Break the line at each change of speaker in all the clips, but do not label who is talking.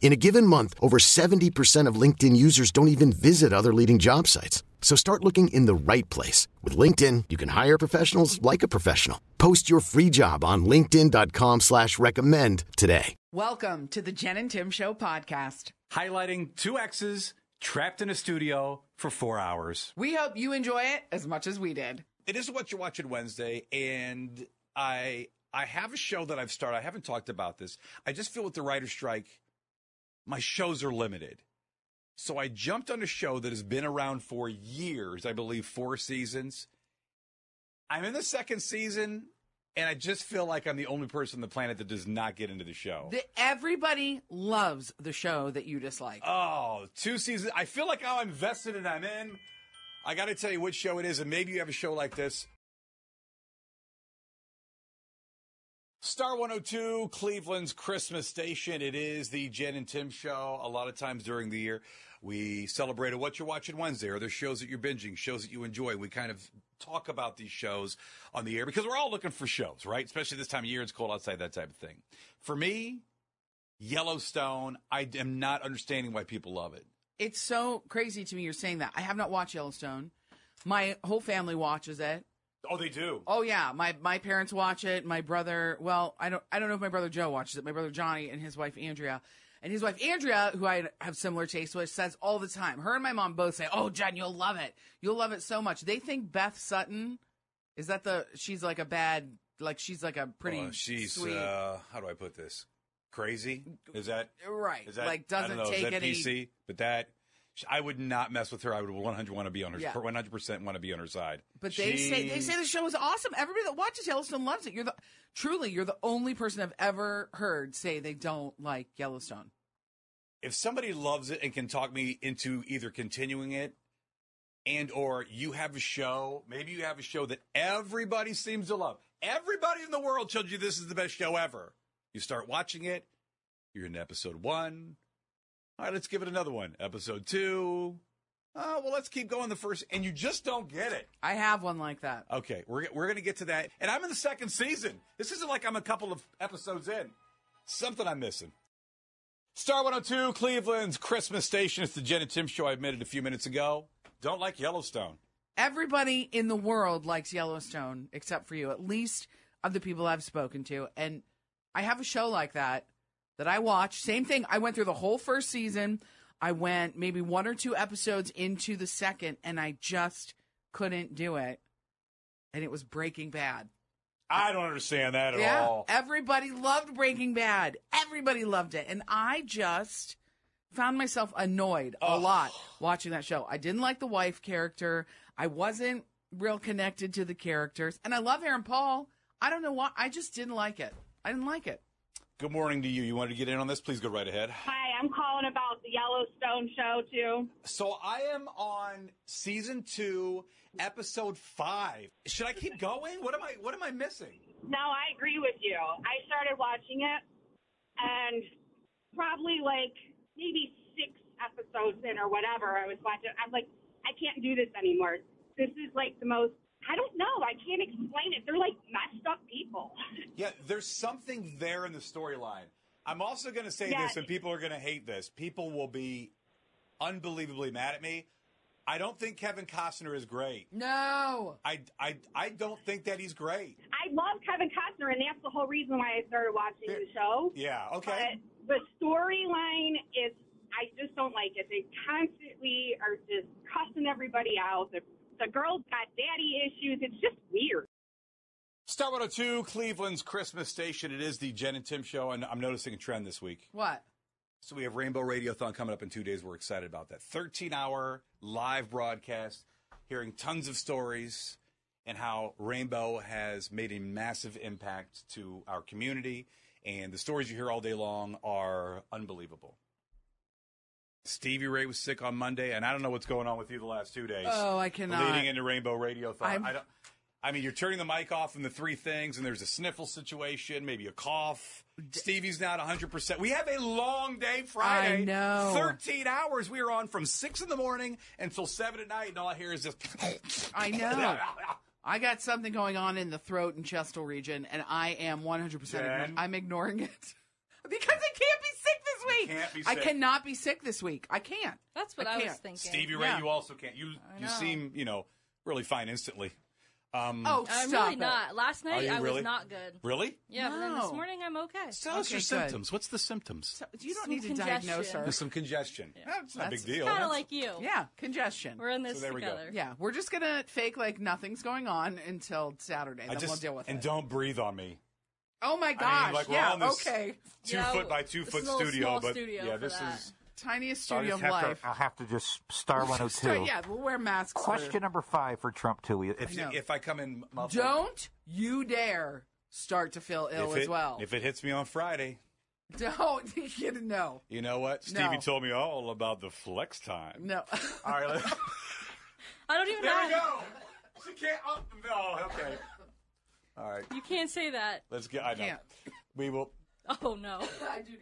In a given month, over 70% of LinkedIn users don't even visit other leading job sites. So start looking in the right place. With LinkedIn, you can hire professionals like a professional. Post your free job on linkedin.com slash recommend today.
Welcome to the Jen and Tim Show podcast.
highlighting two exes trapped in a studio for four hours.
We hope you enjoy it as much as we did.
It is what you're watching Wednesday, and I I have a show that I've started. I haven't talked about this. I just feel with the writer's strike, my shows are limited. So I jumped on a show that has been around for years, I believe four seasons. I'm in the second season, and I just feel like I'm the only person on the planet that does not get into the show.
The, everybody loves the show that you dislike.
Oh, two seasons. I feel like I'm invested and I'm in. I got to tell you which show it is, and maybe you have a show like this. Star 102, Cleveland's Christmas station. It is the Jen and Tim show. A lot of times during the year, we celebrated what you're watching Wednesday, or the shows that you're binging, shows that you enjoy. We kind of talk about these shows on the air because we're all looking for shows, right? Especially this time of year, it's cold outside, that type of thing. For me, Yellowstone. I am not understanding why people love it.
It's so crazy to me you're saying that. I have not watched Yellowstone. My whole family watches it.
Oh, they do.
Oh yeah, my my parents watch it. My brother, well, I don't I don't know if my brother Joe watches it. My brother Johnny and his wife Andrea. And his wife Andrea, who I have similar taste with, says all the time. Her and my mom both say, "Oh, Jen, you'll love it. You'll love it so much." They think Beth Sutton is that the she's like a bad like she's like a pretty
Uh, she's
sweet
uh how do I put this? Crazy? Is that
right
is that
like
I don't
doesn't
know, is
take
that
any
PC? But that sh- I would not mess with her. I would 100 want to be on her
Yeah.
100 percent want to be on her side.
But they say they
She-
say the show is awesome. Everybody that watches Yellowstone loves it. You're the truly you're the only person I've ever heard say they don't like Yellowstone.
if somebody loves it and can talk me into either continuing it and or you have a show maybe you have a show that everybody seems to love everybody in the world tells you this is the best show ever you start watching it you're in episode one all right let's give it another one episode two oh well let's keep going the first and you just don't get it
I have one like that.
Okay, we're we're gonna get to that, and I'm in the second season. This isn't like I'm a couple of episodes in. Something I'm missing. Star 102, Cleveland's Christmas station. It's the Jen and Tim show. I admitted a few minutes ago. Don't like Yellowstone.
Everybody in the world likes Yellowstone except for you, at least of the people I've spoken to. And I have a show like that that I watch. Same thing. I went through the whole first season. I went maybe one or two episodes into the second, and I just couldn't do it. And it was Breaking Bad.
I don't understand that at
yeah,
all.
everybody loved Breaking Bad. Everybody loved it, and I just found myself annoyed a
Ugh.
lot watching that show. I didn't like the wife character. I wasn't real connected to the characters, and I love Aaron Paul. I don't know why. I just didn't like it. I didn't like it.
Good morning to you. You wanted to get in on this? Please go right ahead.
Hi, I'm calling about the Yellowstone show too.
So I am on season two, episode five. Should I keep going? What am I What am I missing?
No, I agree with you. I started watching it and probably like maybe six episodes in or whatever I was watching. I'm like, I can't do this anymore. This is like the most I don't know, I can't explain it. They're like messed up people.
Yeah, there's something there in the storyline. I'm also going to say
Yeah.
this, and people are going to hate this. People will be unbelievably mad at me. I don't think Kevin Costner is great.
No,
I, I, I don't think that he's great.
I love Kevin Costner and that's the whole reason why I started watching the show.
Yeah, okay.
But the storyline is, I just don't like it. They constantly are just cussing everybody out. The, the girl's got daddy issues. It's just weird.
Star 102, Cleveland's Christmas station. It is the Jen and Tim show, and I'm noticing a trend this week.
What?
So we have Rainbow Radiothon coming up in two days. We're excited about that. 13 hour live broadcast, hearing tons of stories and how Rainbow has made a massive impact to our community. And the stories you hear all day long are unbelievable. Stevie Ray was sick on Monday, and I don't know what's going on with you the last two days.
Oh, I cannot.
Leading into Rainbow Radiothon.
I'm-
I don't. I mean, you're turning the mic off in the three things, and there's a sniffle situation, maybe a cough. Stevie's not 100%. We have a long day Friday.
I know.
13 hours. We are on from 6 in the morning until 7 at night, and all I hear is just.
I know. I got something going on in the throat and chestal region, and I am 100%. igno-
Jen?
I'm ignoring it because I can't be sick this week.
can't be
I
sick.
cannot be sick this week. I can't.
That's what
I
I, was
can't.
thinking.
Stevie Ray,
Yeah.
you also can't. You, you seem, you know, really fine instantly. Um,
Oh,
I'm
stop
really
it.
not. Last night
you
I
really?
was not good.
Really?
Yeah, but then
No.
this morning I'm okay.
Tell us
Okay,
your
good.
symptoms. What's the symptoms?
So- you don't
Some
need to diagnose
congestion.
her.
There's some congestion. That's not
That's
a big deal.
Kind of
That's-
like you.
Yeah, congestion.
We're in this
So there we go.
together.
yeah, we're just gonna fake like nothing's going on until Saturday.
I
Then we'll
just,
deal with
and
it.
don't breathe on me.
oh my
I mean,
gosh!
like, we're
yeah.
all in this
okay.
Two
Yeah,
foot by two
this
foot
is a little
studio,
small
but
studio
yeah,
for
this
that.
is
Tiniest
So I
studio
just
of
have to-
life.
I'll have to just star
oh
So,
102.
yeah, we'll wear masks. for-
Question number five for Trump too.
if,
know.
if I come in muffled,
Don't you dare start to feel ill
if
as
it-
well.
If it hits me on Friday,
Don't you know?
you know what?
No.
Stevie told me all about the flex time.
No.
All right, let's,
I don't even
there
know.
we go. She can't. Oh, no, okay. All right,
You can't say that.
let's get. I know.
Can't.
We will.
Oh no.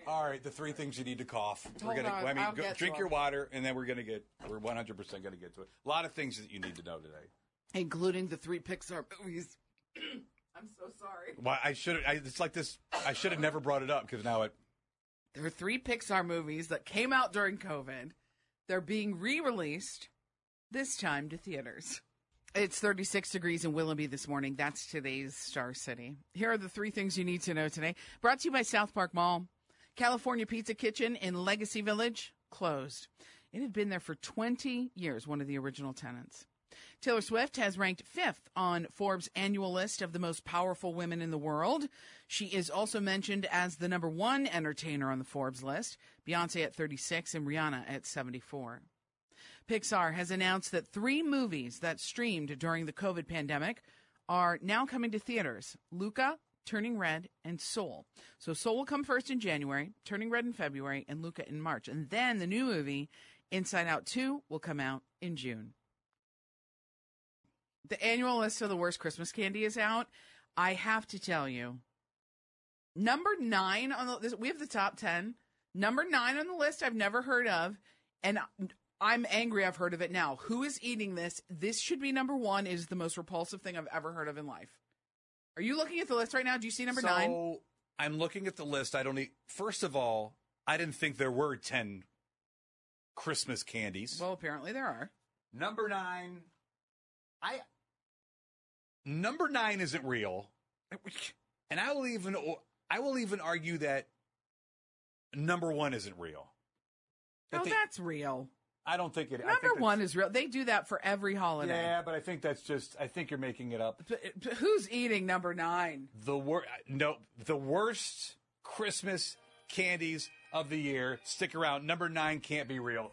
All right, the three things you need to cough.
Hold
we're gonna.
on,
I mean,
I'll
go-
get to
drink your
them.
water, and then we're gonna get. We're one hundred percent gonna get to it. A lot of things that you need to know today.
Including the three Pixar movies. I'm so sorry.
Why I should. I, it's like this. I should have never brought it up because now it.
There are three Pixar movies that came out during COVID. They're being re released, this time to theaters. It's 36 degrees in Willoughby this morning. That's today's Star City. Here are the three things you need to know today. Brought to you by South Park Mall. California Pizza Kitchen in Legacy Village closed. It had been there for 20 years, one of the original tenants. Taylor Swift has ranked fifth on Forbes' annual list of the most powerful women in the world. She is also mentioned as the number one entertainer on the Forbes list, Beyonce at 36 and Rihanna at 74. Pixar has announced that three movies that streamed during the COVID pandemic are now coming to theaters Luca, Turning Red, and Soul. So Soul will come first in January, Turning Red in February, and Luca in March. And then the new movie, Inside Out 2, will come out in June. The annual list of the worst Christmas candy is out. I have to tell you, number nine on the this, we have the top ten. Number nine on the list I've never heard of, and I'm angry I've heard of it now. Who is eating this? This should be number one. It Is the most repulsive thing I've ever heard of in life. Are you looking at the list right now? Do you see number
so,
nine?
I'm looking at the list. I don't. e- First of all, I didn't think there were ten Christmas candies.
Well, apparently there are.
Number nine, I. Number nine isn't real, and I will even I will even argue that number one isn't real. That
No,
they-
Oh, that's real.
I don't think it. I think
Number
that's-
one is real. They do that for every holiday.
Yeah, but I think that's just. I think you're making it up.
But, but who's eating number nine?
The worst. No, the worst Christmas candies of the year. Stick around. Number nine can't be real.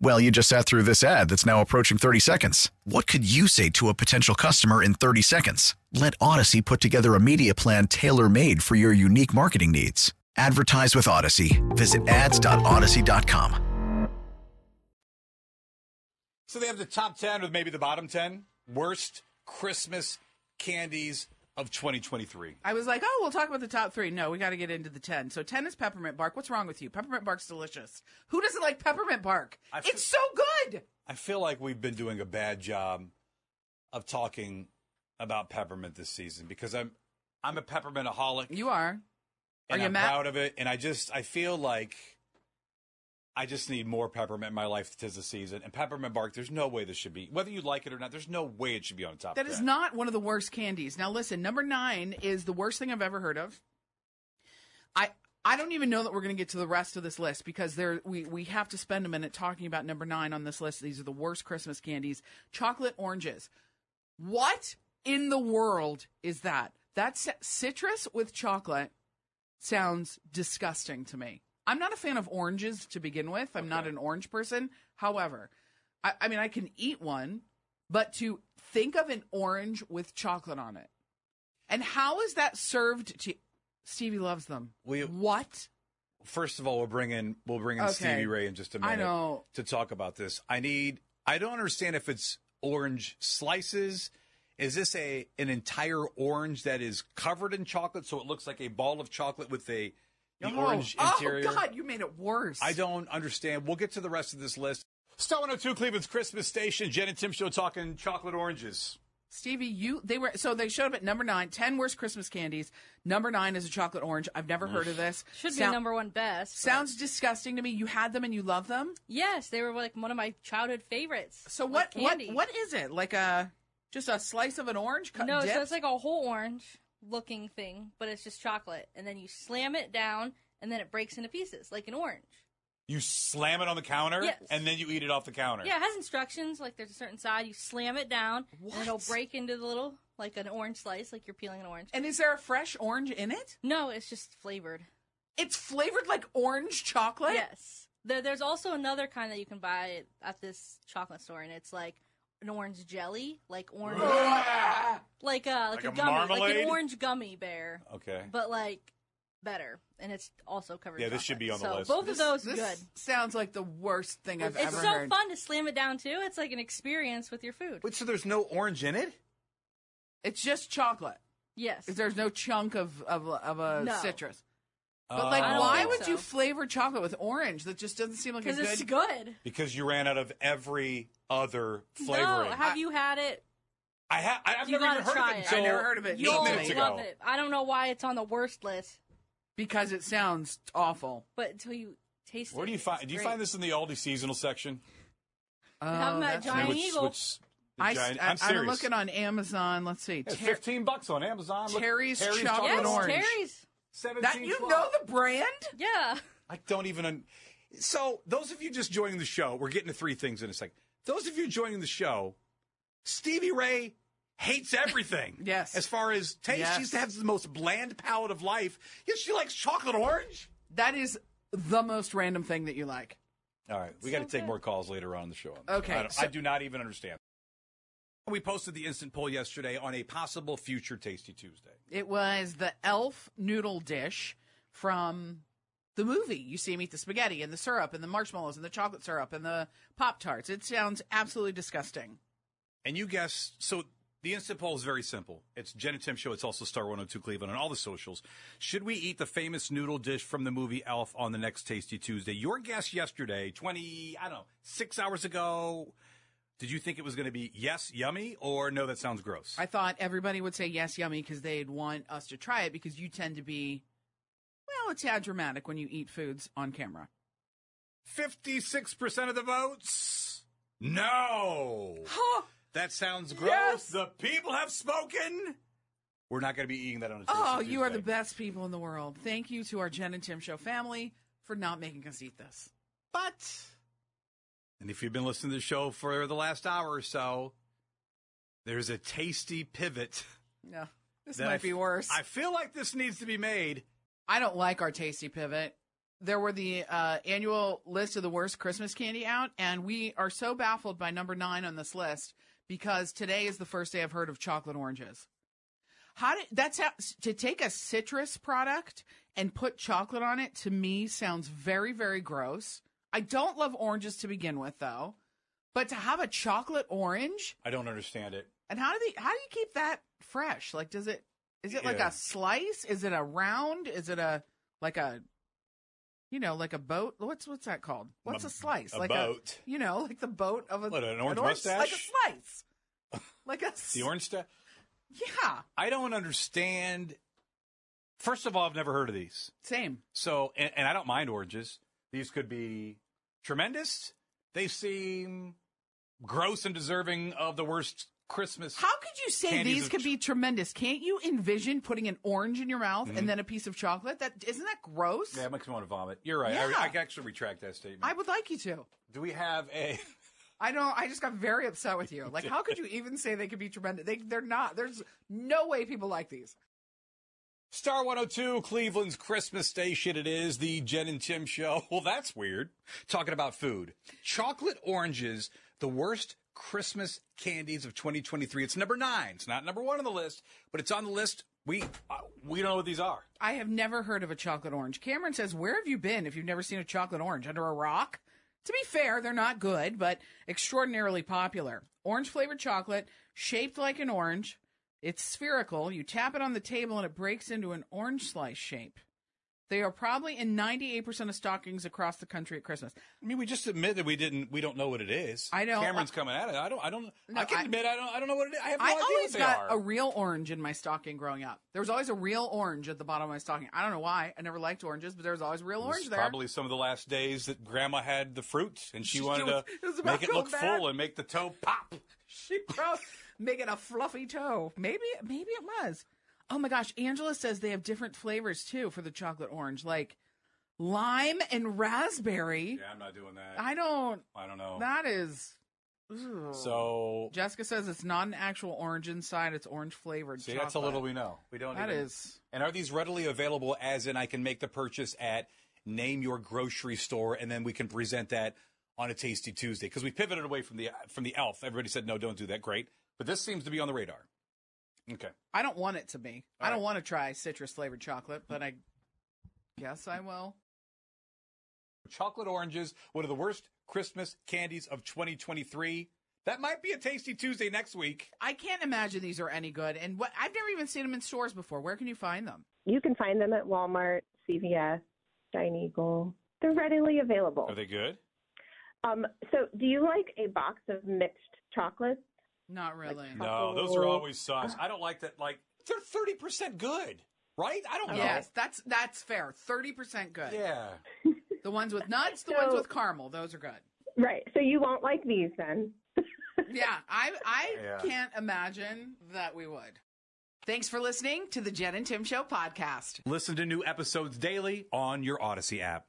Well, you just sat through this ad that's now approaching 30 seconds. What could you say to a potential customer in 30 seconds? Let Odyssey put together a media plan tailor made for your unique marketing needs. Advertise with Odyssey. Visit ads.odyssey.com.
So they have the top 10 with maybe the bottom 10 worst Christmas candies of 2023.
I was like, oh, we'll talk about the top three. No, we got to get into the 10. So 10 is peppermint bark. What's wrong with you? Peppermint bark's delicious. Who doesn't like peppermint bark?
I
it's so good.
I feel like we've been doing a bad job of talking about peppermint this season because I'm I'm a peppermint aholic
You are.
and
you
I'm
mad-
proud of it and I just I feel like I just need more peppermint in my life tis the season and peppermint bark there's no way this should be whether you like it or not there's no way it should be on the top
That is
10.
not one of the worst candies. Now listen, number nine is the worst thing I've ever heard of. I I don't even know that we're going to get to the rest of this list because there we we have to spend a minute talking about number nine on this list. These are the worst Christmas candies: chocolate oranges. What in the world is that? That's citrus with chocolate sounds disgusting to me. I'm not a fan of oranges to begin with. I'm not an orange person. However, I, I mean, I can eat one, but to think of an orange with chocolate on it. And how is that served to Stevie loves them.
We-
what?
First of all, we'll bring in we'll bring in
Okay.
Stevie Ray in just a
I
minute
know.
to talk about this. I need I don't understand if it's orange slices. Is this a an entire orange that is covered in chocolate so it looks like a ball of chocolate with a the
No.
orange
oh,
interior?
God, you made it worse.
I don't understand. We'll get to the rest of this list. Star 102 Cleveland's Christmas Station, Jen and Tim show talking chocolate oranges.
Stevie, you they were so they showed up at number nine, ten worst Christmas candies. Number nine is a chocolate orange. I've never heard of this.
Should be
Sound-
number one best. but-
Sounds disgusting to me. You had them and you love them.
Yes, they were like one of my childhood favorites.
So
of
what? What?
candy.
What is it? Like a just a slice of an orange? Cut
no,
dipped?
so it's like a whole orange looking thing, but it's just chocolate, and then you slam it down, and then it breaks into pieces like an orange.
You slam it on the counter
Yes.
and then you eat it off the counter.
Yeah, it has instructions. Like there's a certain side. You slam it down, and it'll
What?
break into the little like an orange slice, like you're peeling an orange.
And is there a fresh orange in it?
No, it's just flavored.
It's flavored like orange chocolate.
Yes. There, there's also another kind that you can buy at this chocolate store, and it's like an orange jelly, like orange, like uh, like,
Like
a,
a
gummy, like
marmalade?
an orange gummy bear,
Okay.
but like better, and it's also covered.
Yeah,
in
this should
chocolate.
be on the
so
list.
Both
This-
of those
this
good.
Sounds like the worst thing I've
It's
ever
so
heard.
fun to slam it down too. It's like an experience with your food.
Wait, so there's no orange in it?
It's just chocolate.
Yes.
There's no chunk of of, of a
No.
citrus. But
Oh.
like,
I don't
why
think
would
so.
you flavor chocolate with orange? That just doesn't seem like a
Because
good.
it's good.
Because you ran out of every other
No,
flavoring.
have you had it?
I have. I've never
You
even
gotta
heard of
try
it.
it.
until
I never heard of it.
Eight
You'll
minutes ago.
love it. I don't know why it's on the worst list,
because it sounds awful.
but until you taste it,
Where do you
it's
find? Do you
great.
find this in the Aldi seasonal section?
Oh,
Have 'em at
that's
Giant
right.
Which-
Eagle.
which- the
I,
giant,
I,
I'm serious.
am looking on Amazon. Let's see.
Yeah,
Ter-
Fifteen bucks on Amazon. Look,
Terry's chocolate
Yes,
orange.
Terry's.
Seventeen.
that you
bucks.
know the brand?
Yeah.
I don't even. Un- so those of you just joining the show, we're getting to three things in a second. Those of you joining the show, Stevie Ray hates everything.
Yes.
As far as taste,
Yes.
she used to have the most bland palate of life. Yet she likes chocolate orange.
That is the most random thing that you like.
All right, we got to take more calls later on in the show. on this.
Okay,
I, don't-
so-
I do not even understand. We posted the instant poll yesterday on a possible future Tasty Tuesday.
It was the elf noodle dish from the movie. You see him eat the spaghetti and the syrup and the marshmallows and the chocolate syrup and the Pop Tarts. It sounds absolutely disgusting.
And you guess so. The instant poll is very simple. It's Jen and Tim show. It's also Star 102 Cleveland on all the socials. Should we eat the famous noodle dish from the movie Elf on the next Tasty Tuesday? Your guess yesterday, 20, I don't know, six hours ago, did you think it was going to be yes, yummy, or no, that sounds gross?
I thought everybody would say yes, yummy, because they'd want us to try it because you tend to be, well, a tad dramatic when you eat foods on camera.
56% of the votes? No. That sounds gross.
Yes.
The people have spoken. We're not going to be eating that on a Tasty
Oh, you are the
Tuesday.
best people in the world. Thank you to our Jen and Tim Show family for not making us eat this. But
And if you've been listening to the show for the last hour or so, there's a tasty pivot.
No, this
that
might
I
be
f-
worse.
I feel like this needs to be made.
I don't like our tasty pivot. There were the uh, annual list of the worst Christmas candy out, and we are so baffled by number nine on this list because today is the first day I've heard of chocolate oranges. How did that's how to take a citrus product and put chocolate on it to me sounds very, very gross. I don't love oranges to begin with, though, but to have a chocolate orange
I don't understand it.
and how do they how do you keep that fresh? Like does it is it like
Yeah.
a slice? Is it a round? Is it a like a you know, like a boat? What's what's that called? What's a,
A-
slice?
a
like
boat.
a you know, like the boat of a
What, an orange
like
mustache?
a slice. Like a
The orange stuff.
Yeah.
I don't understand. First of all, I've never heard of these.
Same.
So, and, and I don't mind oranges. These could be tremendous. They seem gross and deserving of the worst Christmas.
How could you say
Candies
these
of
could
ch-
be tremendous? Can't you envision putting an orange in your mouth and then a piece of chocolate? That isn't that gross?
Mm-hmm. Yeah, it makes me want to vomit. You're right.
Yeah.
I, I can actually retract that statement.
I would like you to.
Do we have a?
I know. I just got very upset with you. Like, how could you even say they could be tremendous? They, they're not. There's no way people like these.
Star 102, Cleveland's Christmas station. It is the Jen and Tim show. Well, that's weird. Talking about food. Chocolate oranges, the worst Christmas candies of 2023. It's number nine. It's not number one on the list, but it's on the list. We, uh, we don't know what these are.
I have never heard of a chocolate orange. Cameron says, Where have you been if you've never seen a chocolate orange? Under a rock? To be fair, they're not good, but extraordinarily popular. Orange flavored chocolate, shaped like an orange. It's spherical. You tap it on the table and it breaks into an orange slice shape. They are probably in 98% of stockings across the country at Christmas.
I mean, we just admit that we didn't, we don't know what it is.
I know.
Cameron's coming at it. I don't, I don't,
No,
I can
I-
admit I don't, I don't know what it is. I have no
I
idea
always
what they
got
are.
a real orange in my stocking growing up. There was always a real orange at the bottom of my stocking. I don't know why. I never liked oranges, but there was always a real
It was
orange there.
Probably some of the last days that Grandma had the fruit, and she
She
wanted
was- it
to
was about
make it
real
look
bad.
full and make the toe pop.
She probably making a fluffy toe. Maybe maybe it was. Oh my gosh, Angela says they have different flavors too for the chocolate orange, like lime and raspberry.
Yeah, I'm not doing that.
I don't.
I don't know.
That is. Ugh.
So
Jessica says it's not an actual orange inside; it's orange flavored.
see, that's a little we know. We don't.
That
even-
is-
And are these readily available? As in, I can make the purchase at name your grocery store, and then we can present that on a Tasty Tuesday because we pivoted away from the from the Elf. Everybody said no, don't do that. Great, but this seems to be on the radar. Okay,
I don't want it to be. I
All
don't
right.
want to try citrus flavored chocolate, but I guess I will.
chocolate oranges, one of the worst Christmas candies of 2023. That might be a Tasty Tuesday next week.
I can't imagine these are any good. And what I've never even seen them in stores before. Where can you find them?
You can find them at Walmart, CVS, Giant Eagle. They're readily available.
Are they good?
um, so, do you like a box of mixed chocolates?
Not really.
No, those are always sucks. I don't like that. Like they're thirty percent good, right? I don't know.
Yes, that's that's fair. Thirty percent good.
Yeah.
The ones with nuts, the
So-
ones with caramel, those are good.
Right. So, you won't like these then.
Yeah, I I
Yeah.
can't imagine that we would. Thanks for listening to the Jen and Tim Show podcast.
Listen to new episodes daily on your Odyssey app.